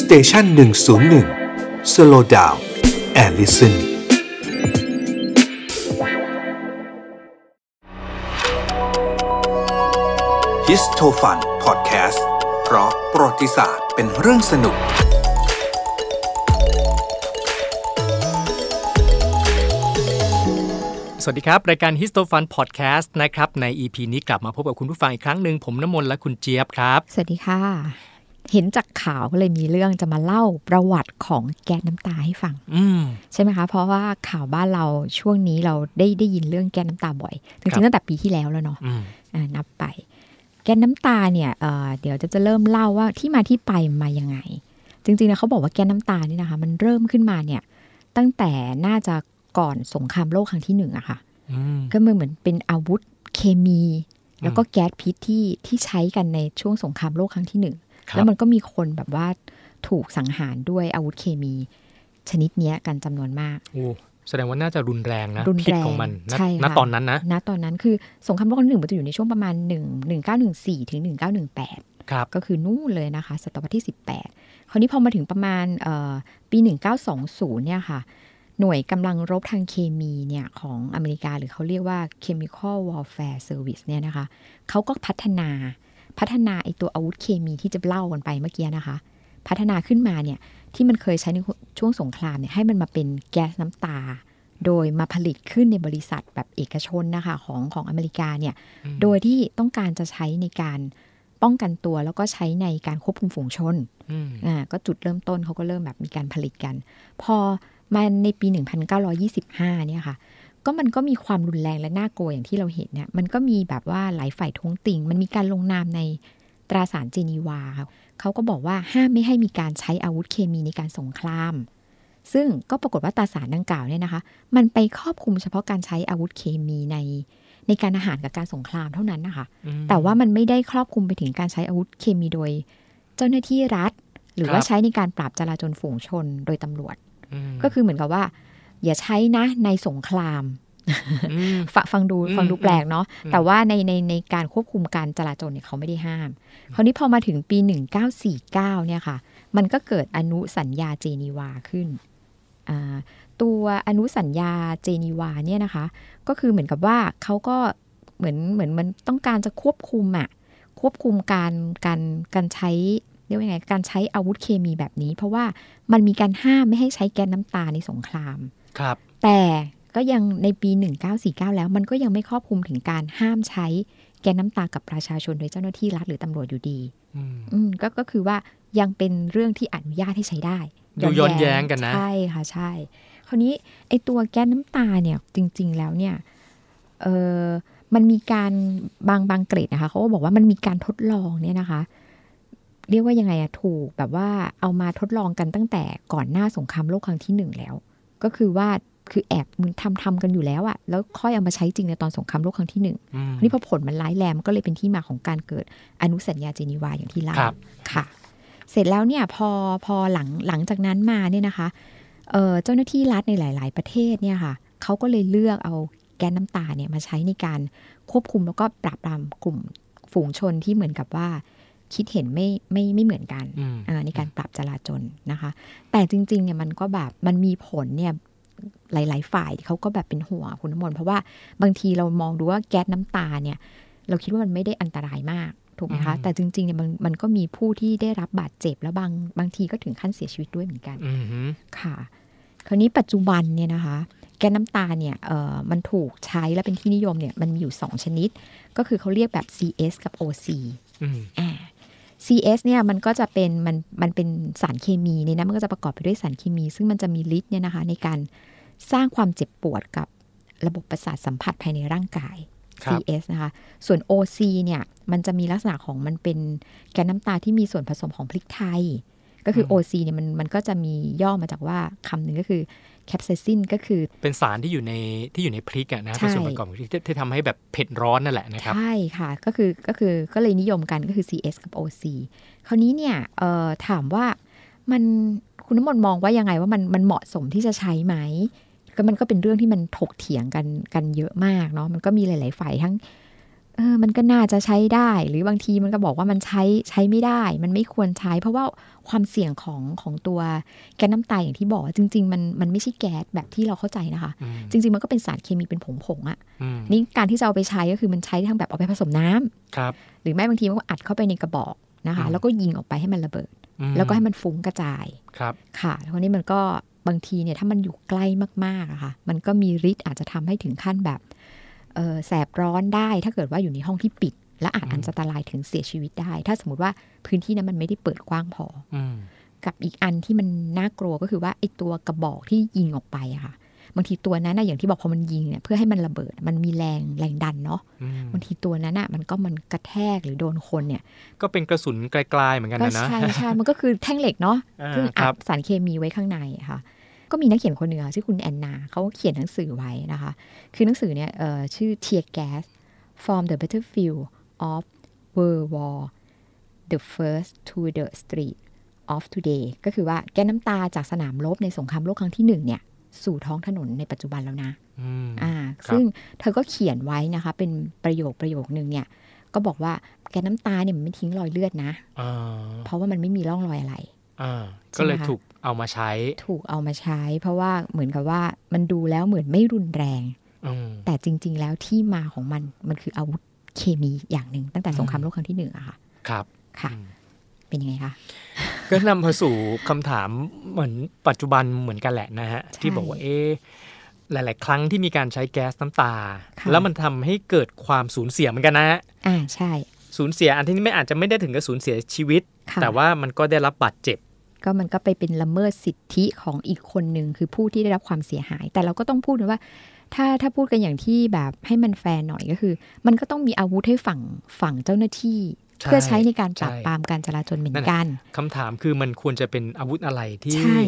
สเตชันหนึ่งศูนย์หนึ่งสโลดาวแอลลิสัน ฮิสโทฟันพอดแคสต์เพราะประวัติศาสตร์เป็นเรื่องสนุก สวัสดีครับ รายการ Histofun Podcast นะครับ ใน EP นี้กลับมาพบกับคุณผู้ฟังอีกครั้งหนึ่งผมน้ำมนต์และคุณเจี๊ยบครับ สวัสดีค่ะ เห็นจากข่าวก็เลยมีเรื่องจะมาเล่าประวัติของแก๊สน้ำตาให้ฟัง อืม ใช่ไหมคะ เพราะว่าข่าวบ้านเราช่วงนี้เราได้ได้ยินเรื่องแก๊สน้ำตาบ่อยจ ครั ริ บ งๆตั้งแต่ปีที่แล้วแล้วเนาะ อืม อ่านับไป แก๊สน้ำตาเนี่ยเอ่อเดี๋ยวจะจะเริ่มเล่าว่าที่มาที่ไปมายังไง จริงๆนะเขาบอกว่าแก๊สน้ำตานี่นะคะ มันเริ่มขึ้นมาเนี่ยตั้งแต่น่าจะก่อนสงครามโลกครั้งที่หนึ่งอะค่ะ อืม ก็มันเหมือนเป็นอาวุธเคมี แล้วก็แก๊สพิษที่ที่ใช้กันในช่วงสงครามโลกครั้งที่หนึ่ง ครับ แล้วมันก็มีคนแบบว่าถูกสังหารด้วยอาวุธเคมีชนิดเนี้ยกันจำนวนมาก โอ้แสดงว่าน่าจะรุนแรงนะ รุนแรง พิษของมันนะ ใช่ค่ะ ณตอนนั้นนะ นะตอนนั้นคือสงครามโลกครั้งที่หนึ่งมันจะอยู่ในช่วงประมาณ 1 1914 ถึง 1918 ครับ ก็คือนู่นเลยนะคะ ศตวรรษที่ 18 คราวนี้พอมาถึงประมาณเอ่อปี 1920 เนี่ยค่ะ หน่วยกำลังรบทางเคมีเนี่ยของอเมริกาหรือเขาเรียกว่า Chemical Warfare Service เนี่ยนะคะเขาก็พัฒนาพัฒนาไอตัวอาวุธเคมีที่จะเล่ากันไปเมื่อกี้นะคะ พัฒนาขึ้นมาเนี่ยที่มันเคยใช้ในช่วงสงครามเนี่ยให้มันมาเป็นแก๊สน้ำตา โดยมาผลิตขึ้นในบริษัทแบบเอกชนนะคะของของอเมริกาเนี่ย อืม โดยที่ต้องการจะใช้ในการป้องกันตัวแล้วก็ใช้ในการควบคุมฝูงชน อืม อ่าก็จุดเริ่มต้นเขาก็เริ่มแบบมีการผลิตกัน พอมาในปี 1925 เนี่ยค่ะ ก็มันก็มีความรุนแรงและน่ากลัวอย่างที่เราเห็นเนี่ยมันก็มีแบบว่าหลายฝ่ายท้วงติง มันมีการลงนามในตราสารเจนีวาค่ะเขาก็บอกว่าห้ามไม่ให้มีการใช้อาวุธเคมีในการสงคราม ซึ่งก็ปรากฏว่าตราสารดังกล่าวเนี่ยนะคะ มันไปครอบคลุมเฉพาะการใช้อาวุธเคมีในในการอาหารกับการสงครามเท่านั้นนะคะ อืม แต่ว่ามันไม่ได้ครอบคลุมไปถึงการใช้อาวุธเคมีโดย เจ้าหน้าที่รัฐ หรืคอรับ ว่าใช้ในการปราบจราจนฝูงชนโดยตำรวจ อืม ก็คือเหมือนกับว่า อย่าใช้นะในสงคราม ม ฟฟังดู อืม ฟังดูแปลกเนาะ อืม แต่ว่าในในในการควบคุมการจราจรเนี่ยเขาไม่ได้ห้าม คราวนี้พอมาถึงปี 1949 เนี่ยค่ะ มันก็เกิดอนุสัญญาเจนีวาขึ้นอ่าตัวอนุสัญญาเจนีวาเนี่ยนะคะ ก็คือเหมือนกับว่าเขาก็เหมือนเหมือนมันต้องการจะควบคุมอะควบคุมการการการใช้เรียกว่ายังไงการใช้อาวุธเคมีแบบนี้ เพราะว่ามันมีการห้ามไม่ให้ใช้แก๊สน้ำตาในสงคราม ครับ แต่ก็ยังในปี 1949 แล้วมันก็ยังไม่ครอบคลุมถึงการห้ามใช้แก๊สน้ำตากับประชาชนโดยเจ้าหน้าที่รัฐหรือตำรวจอยู่ดี อืม อืมก็ก็คือว่ายังเป็นเรื่องที่อนุญาตให้ใช้ได้ ดูย้อนแย้งกันนะ ใช่ค่ะใช่ คราวนี้ไอตัวแก๊สน้ำตาเนี่ยจริง ๆ แล้วเนี่ยเออมันมีการบางบางเกรดนะคะเขาก็บอกว่ามันมีการทดลองเนี่ยนะคะ เรียกว่ายังไงอะถูกแบบว่าเอามาทดลองกันตั้งแต่ก่อนหน้าสงครามโลกครั้งที่หนึ่งแล้ว ก็คือว่าคือแอบมึงทำทำกันอยู่แล้วอะแล้วค่อยเอามาใช้จริงในตอนสงครามโลกครั้งที่หนึ่ง อืม นี่พอผลมันร้ายแรงมันก็เลยเป็นที่มาของการเกิดอนุสัญญาเจนีวาอย่างที่เล่า ครับ ค่ะ เสร็จแล้วเนี่ยพอพอหลังหลังจากนั้นมาเนี่ยนะคะเอ่อเจ้าหน้าที่รัฐในหลาย ๆ ประเทศเนี่ยค่ะเขาก็เลยเลือกเอาแก๊สน้ำตาเนี่ยมาใช้ในการควบคุมแล้วก็ปราบปรามกลุ่มฝูงชนที่เหมือนกับว่า คิดเห็นไม่ไม่ไม่เหมือนกัน อืม อ่าในการปรับจราจรนะคะ แต่จริงๆเนี่ยมันก็แบบมันมีผลเนี่ยหลาย ๆ ฝ่ายเขาก็แบบเป็นห่วงอะคุณน้ำมนต์เพราะว่าบางทีเรามองดูว่าแก๊สน้ำตาเนี่ย เราคิดว่ามันไม่ได้อันตรายมากถูกไหมคะ อืม แต่จริงๆเนี่ยมันมันก็มีผู้ที่ได้รับบาดเจ็บแล้วบางบางทีก็ถึงขั้นเสียชีวิตด้วยเหมือนกัน อืมฮึ ค่ะ คราวนี้ปัจจุบันเนี่ยนะคะ แก๊สน้ำตาเนี่ยเอ่อมันถูกใช้และเป็นที่นิยมเนี่ยมันมีอยู่สองชนิด ก็คือเขาเรียกแบบ CS กับ OC อืม อ่า CS เนี่ยมันก็จะเป็นมันมันเป็นสารเคมีในนั้นมันก็จะประกอบไปด้วยสารเคมี ซึ่งมันจะมีฤทธิ์เนี่ยนะคะในการสร้างความเจ็บปวดกับระบบประสาทสัมผัสภายในร่างกาย ครับ CS นะคะ ส่วน OC เนี่ยมันจะมีลักษณะของมันเป็นแก๊สน้ำตาที่มีส่วนผสมของพริกไทย ก็คืออ OC เนี่ยมันมันก็จะมีย่อมาจากว่าคำหนึ่งก็คือ capsaicin ก็คือ เป็นสารที่อยู่ในที่อยู่ในพริกอะนะ ใช่ เป็นส่วนประกอบที่ที่ทำให้แบบเผ็ดร้อนนั่นแหละนะครับ ใช่ค่ะ ก็คือก็คือก็เลยนิยมกันก็คือ CS กับ OC คราวนี้เนี่ยเอ่อถามว่ามันคุณน้ำมนต์มองว่ายังไงว่ามันมันเหมาะสมที่จะใช้ไหมก็มันก็เป็นเรื่องที่มันถกเถียงกันกันเยอะมากเนาะมันก็มีหลาย ๆ ฝ่ายทั้ง เออมันก็น่าจะใช้ได้ หรือบางทีมันก็บอกว่ามันใช้ใช้ไม่ได้ มันไม่ควรใช้ เพราะว่าความเสี่ยงของของตัวแก๊สน้ำตาอย่างที่บอกว่าจริง ๆ มันมันไม่ใช่แก๊สแบบที่เราเข้าใจนะคะ อืม จริง ๆ มันก็เป็นสารเคมีเป็นผงผงๆอะ อืม นี่การที่จะเอาไปใช้ก็คือมันใช้ทั้งแบบเอาไปผสมน้ำ ครับ หรือไม่บางทีมันก็อัดเข้าไปในกระบอกนะคะ อืม แล้วก็ยิงออกไปให้มันระเบิด อืม แล้วก็ให้มันฟุ้งกระจาย ครับ ค่ะแล้วคนนี้มันก็บางทีเนี่ยถ้ามันอยู่ใกล้มากๆอะค่ะ มันก็มีฤทธิ์อาจจะทำให้ถึงขั้นแบบเอ่อแสบร้อนได้ ถ้าเกิดว่าอยู่ในห้องที่ปิด และอาจอันตรายถึงเสียชีวิตได้ ถ้าสมมติว่าพื้นที่นั้นมันไม่ได้เปิดกว้างพอ อืม กับอีกอันที่มันน่ากลัวก็คือว่าไอ้ตัวกระบอกที่ยิงออกไปอะค่ะ บางทีตัวนั้นนะอย่างที่บอกพอมันยิงเนี่ยเพื่อให้มันระเบิด มันมีแรงแรงดันเนาะ อืม บางทีตัวนั้นอะมันก็มันกระแทกหรือโดนคนเนี่ย ก็เป็นกระสุนไกลๆเหมือนกัน ก็ นะนะ ใช่ใช่ มันก็คือแท่งเหล็กเนาะ อ่า ซึ่ง ค อั รั ด บ สารเคมีไว้ข้างในอะค่ะ ก็มีนักเขียนคนหนึ่งอะชื่อคุณแอนนา เขาเขียนหนังสือไว้นะคะ คือหนังสือเนี่ยเอ่อชื่อ Tear Gas From the Battlefield of World War The First to the Street of Today ก็คือว่าแก้น้ำตาจากสนามรบในสงครามโลกครั้งที่หนึ่งเนี่ย สู่ท้องถนนในปัจจุบันแล้วนะ อืม อ่า ครับ ซึ่งเธอก็เขียนไว้นะคะ เป็นประโยคประโยคนึงเนี่ย ก็บอกว่าแก้น้ำตาเนี่ยมันไม่ทิ้งรอยเลือดนะ อ่า เพราะว่ามันไม่มีร่องรอยอะไร อ่า ใช่ไหมคะ ก็เลยถูกเอามาใช้ ถูกเอามาใช้ เพราะว่าเหมือนกับว่ามันดูแล้วเหมือนไม่รุนแรง อืม แต่จริง ๆ แล้วที่มาของมันมันคืออาวุธเคมีอย่างหนึ่งตั้งแต่สงคราม อืม โลกครั้งที่หนึ่งอะค่ะ ครับ ค่ะ อืม เป็นยังไงคะ ก็นำมาสู่คำถามเหมือนปัจจุบันเหมือนกันแหละนะฮะ ใช่ ที่บอกว่าเอ๊ะหลาย ๆ ครั้งที่มีการใช้แก๊สน้ำตา ค่ะ แล้วมันทำให้เกิดความสูญเสียเหมือนกันนะฮะ อ่าใช่ สูญเสียอันที่ไม่อาจจะไม่ได้ถึงกับสูญเสียชีวิต ค่ะ แต่ว่ามันก็ได้รับบาดเจ็บ ก็มันก็ไปเป็นละเมิดสิทธิของอีกคนหนึ่งคือผู้ที่ได้รับความเสียหาย แต่เราก็ต้องพูดนะว่า ถ้าถ้าพูดกันอย่างที่แบบให้มันแฟร์หน่อยก็คือ มันก็ต้องมีอาวุธให้ฝั่งฝั่งเจ้าหน้าที่ ใช่ เพื่อใช้ในการปราบ ใช่ ปรามการจราจรเหมือ นั่ น น กัน คำถามคือมันควรจะเป็นอาวุธอะไรที่ ใช่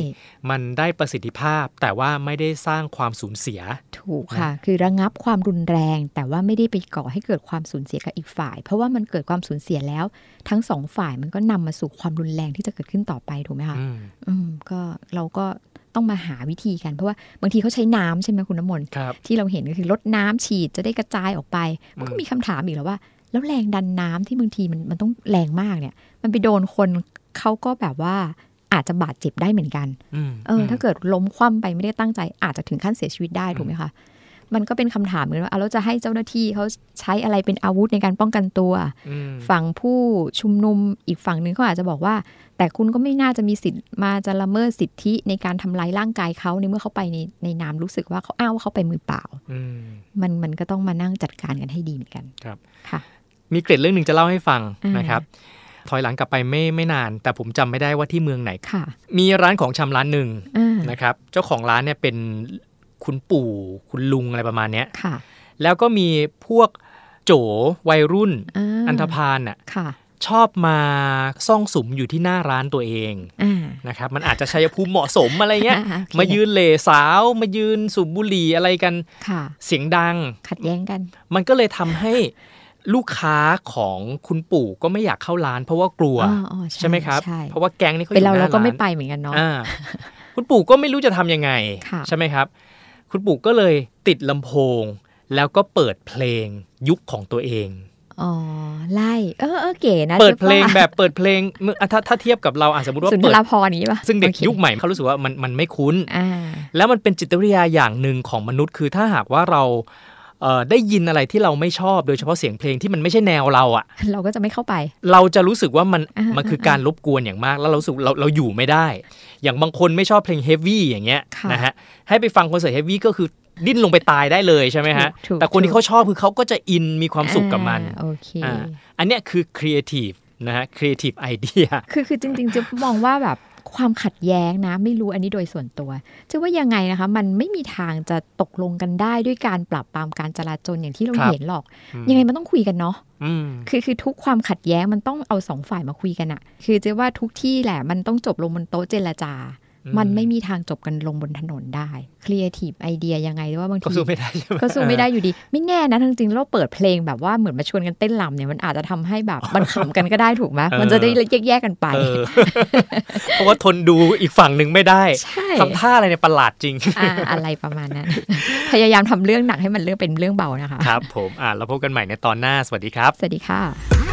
มันได้ประสิทธิภาพ แต่ว่าไม่ได้สร้างความสูญเสีย ถูกค่ะ คือระงับความรุนแรง แต่ว่าไม่ได้ไปก่อให้เกิดความสูญเสียกับอีกฝ่าย เพราะว่ามันเกิดความสูญเสียแล้ว ทั้งสองฝ่ายมันก็นำมาสู่ความรุนแรงที่จะเกิดขึ้นต่อไปถูกไหมคะ อืม อืมก็เราก็ต้องมาหาวิธีกัน เพราะว่าบางทีเขาใช้น้ำใช่ไหมคุณน้ำมนต์ ครับ ที่เราเห็นก็คือลดน้ำฉีดจะได้กระจายออกไป มันก็ อืม มีคำถามอีกแล้วว่า แล้วแรงดันน้ำที่บางทีมันมันต้องแรงมากเนี่ย มันไปโดนคนเขาก็แบบว่าอาจจะบาดเจ็บได้เหมือนกัน อืม เอออถ้าเกิดล้มคว่ำไปไม่ได้ตั้งใจอาจจะถึงขั้นเสียชีวิตได้ถูกไหมคะ มันก็เป็นคำถามเหมือนว่าเอาแล้วจะให้เจ้าหน้าที่เขาใช้อะไรเป็นอาวุธในการป้องกันตัว อืม ฝั่งผู้ชุมนุมอีกฝั่งหนึ่งเขาอาจจะบอกว่า แต่คุณก็ไม่น่าจะมีสิทธิ์มาจะละเมิดสิทธิในการทำร้ายร่างกายเขาในเมื่อเขาไปในในนามรู้สึกว่าเขาอ้างว่าเขาไปมือเปล่า อืม มันมันก็ต้องมานั่งจัดการกันให้ดีเหมือนกัน มีเกร็ดเรื่องหนึ่งจะเล่าให้ฟัง อ่าน นะครับ ถอยหลังกลับไปไม่ไม่นาน แต่ผมจำไม่ได้ว่าที่เมืองไหน ค่ะ มีร้านของชำร้านหนึ่ง อ่า นะครับ เจ้าของร้านเนี่ยเป็นคุณปู่คุณลุงอะไรประมาณเนี้ย ค่ะ แล้วก็มีพวกโจวัยรุ่น า อันธพาลน่ะ ค่ะ ชอบมาซ่องสุมอยู่ที่หน้าร้านตัวเอง อ่า นะครับ มันอาจจะชัยภูมิเหมาะสมอะไรเงี้ย อ่โอเค มายืนเหล่สาวมายืนสูบบุหรี่อะไรกัน ค่ะ เสียงดัง ขัดแย้งกัน มันก็เลยทำให้ลูกค้าของคุณปู่ก็ไม่อยากเข้าร้าน เพราะว่ากลัว อ๋ออ๋อ ใช่ไหมครับ ใช่ เพราะว่าแก๊งนี่เขาอ เป็น ยู่หน้าเราร้าน เราก็ไม่ไปเหมือนกันเนาะ อ่าคุณปู่ก็ไม่รู้จะทำยังไง ค่ะ ใช่ไหมครับ คุณปู่ก็เลยติดลำโพง แล้วก็เปิดเพลงยุคของตัวเอง อ๋อไล่เออเออเก๋นะ เปิดเพลง จ๊ปะ แบบเปิดเพลงเมื่ออ่ะถ้าถ้าเทียบกับเราอ่ะสมมติว่า สุนท เปิด รภรณ์อย่างนี้ป่ะ ซึ่งเด็ก โอ ยุคใหม่เขารู้สึกว่ามันมันไม่คุ้น อ่า แล้วมันเป็นจิตวิทยาอย่างหนึ่งของมนุษย์คือถ้าหากว่าเราเอ่อได้ยินอะไรที่เราไม่ชอบโดยเฉพาะเสียงเพลงที่มันไม่ใช่แนวเราอ่ะ เราก็จะไม่เข้าไป เราจะรู้สึกว่ามัน อ่ามั มันคือการรบกวนอย่างมาก แล้วเรารู้สึกเราเราอยู่ไม่ได้ อย่างบางคนไม่ชอบเพลงเฮฟวี่อย่างเงี้ย ค่ะ นะฮะให้ไปฟังคอนเสิร์ตเฮฟวี่ก็คือดิ้นลงไปตายได้เลยใช่ไหมฮะ ถูกถูก แต่คนที่เขาชอบคือเขาก็จะอินมีความสุขกับมัน อ่าโอเค อ่า อันเนี้ยคือครีเอทีฟนะฮะครีเอทีฟไอเดีย คือคือจริงๆจะมองว่าแบบความขัดแย้งนะ ไม่รู้อันนี้โดยส่วนตัวจะว่ายังไงนะคะ มันไม่มีทางจะตกลงกันได้ด้วยการปรับปรามการจราจรอย่างที่เรา ครับ เห็นหรอก ยังไงมันต้องคุยกันเนาะ อืม คือคือทุกความขัดแย้งมันต้องเอาสองฝ่ายมาคุยกันอะคือจะว่าทุกที่แหละมันต้องจบลงบนโต๊ะเจรจา อื มันไม่มีทางจบกันลงบนถนนได้ครีเอทีฟไอเดียยังไงว่าบาง ก็ ที สู้ไม่ได้ใช่ไหม ก็สู้ไม่ได้อยู่ดี ไม่แน่นะทั้งจริงๆเราเปิดเพลงแบบว่าเหมือนมาชวนกันเต้นรำเนี่ยมันอาจจะทำให้ แบบ มันขำกันก็ได้ถูกไหม เออ มันจะได้แยกๆกันไป เออ เพราะว่าทนดูอีกฝั่งหนึ่งไม่ได้ ใช่ ทำท่าอะไรเนี่ยประหลาดจริง อ่าอะไรประมาณนั้น พยายามทำเรื่องหนักให้มันเรื่องเป็นเรื่องเบานะคะ ครับผมอ่าแล้วพบกันใหม่ในตอนหน้าสวัสดีครับ สวัสดีค่ะ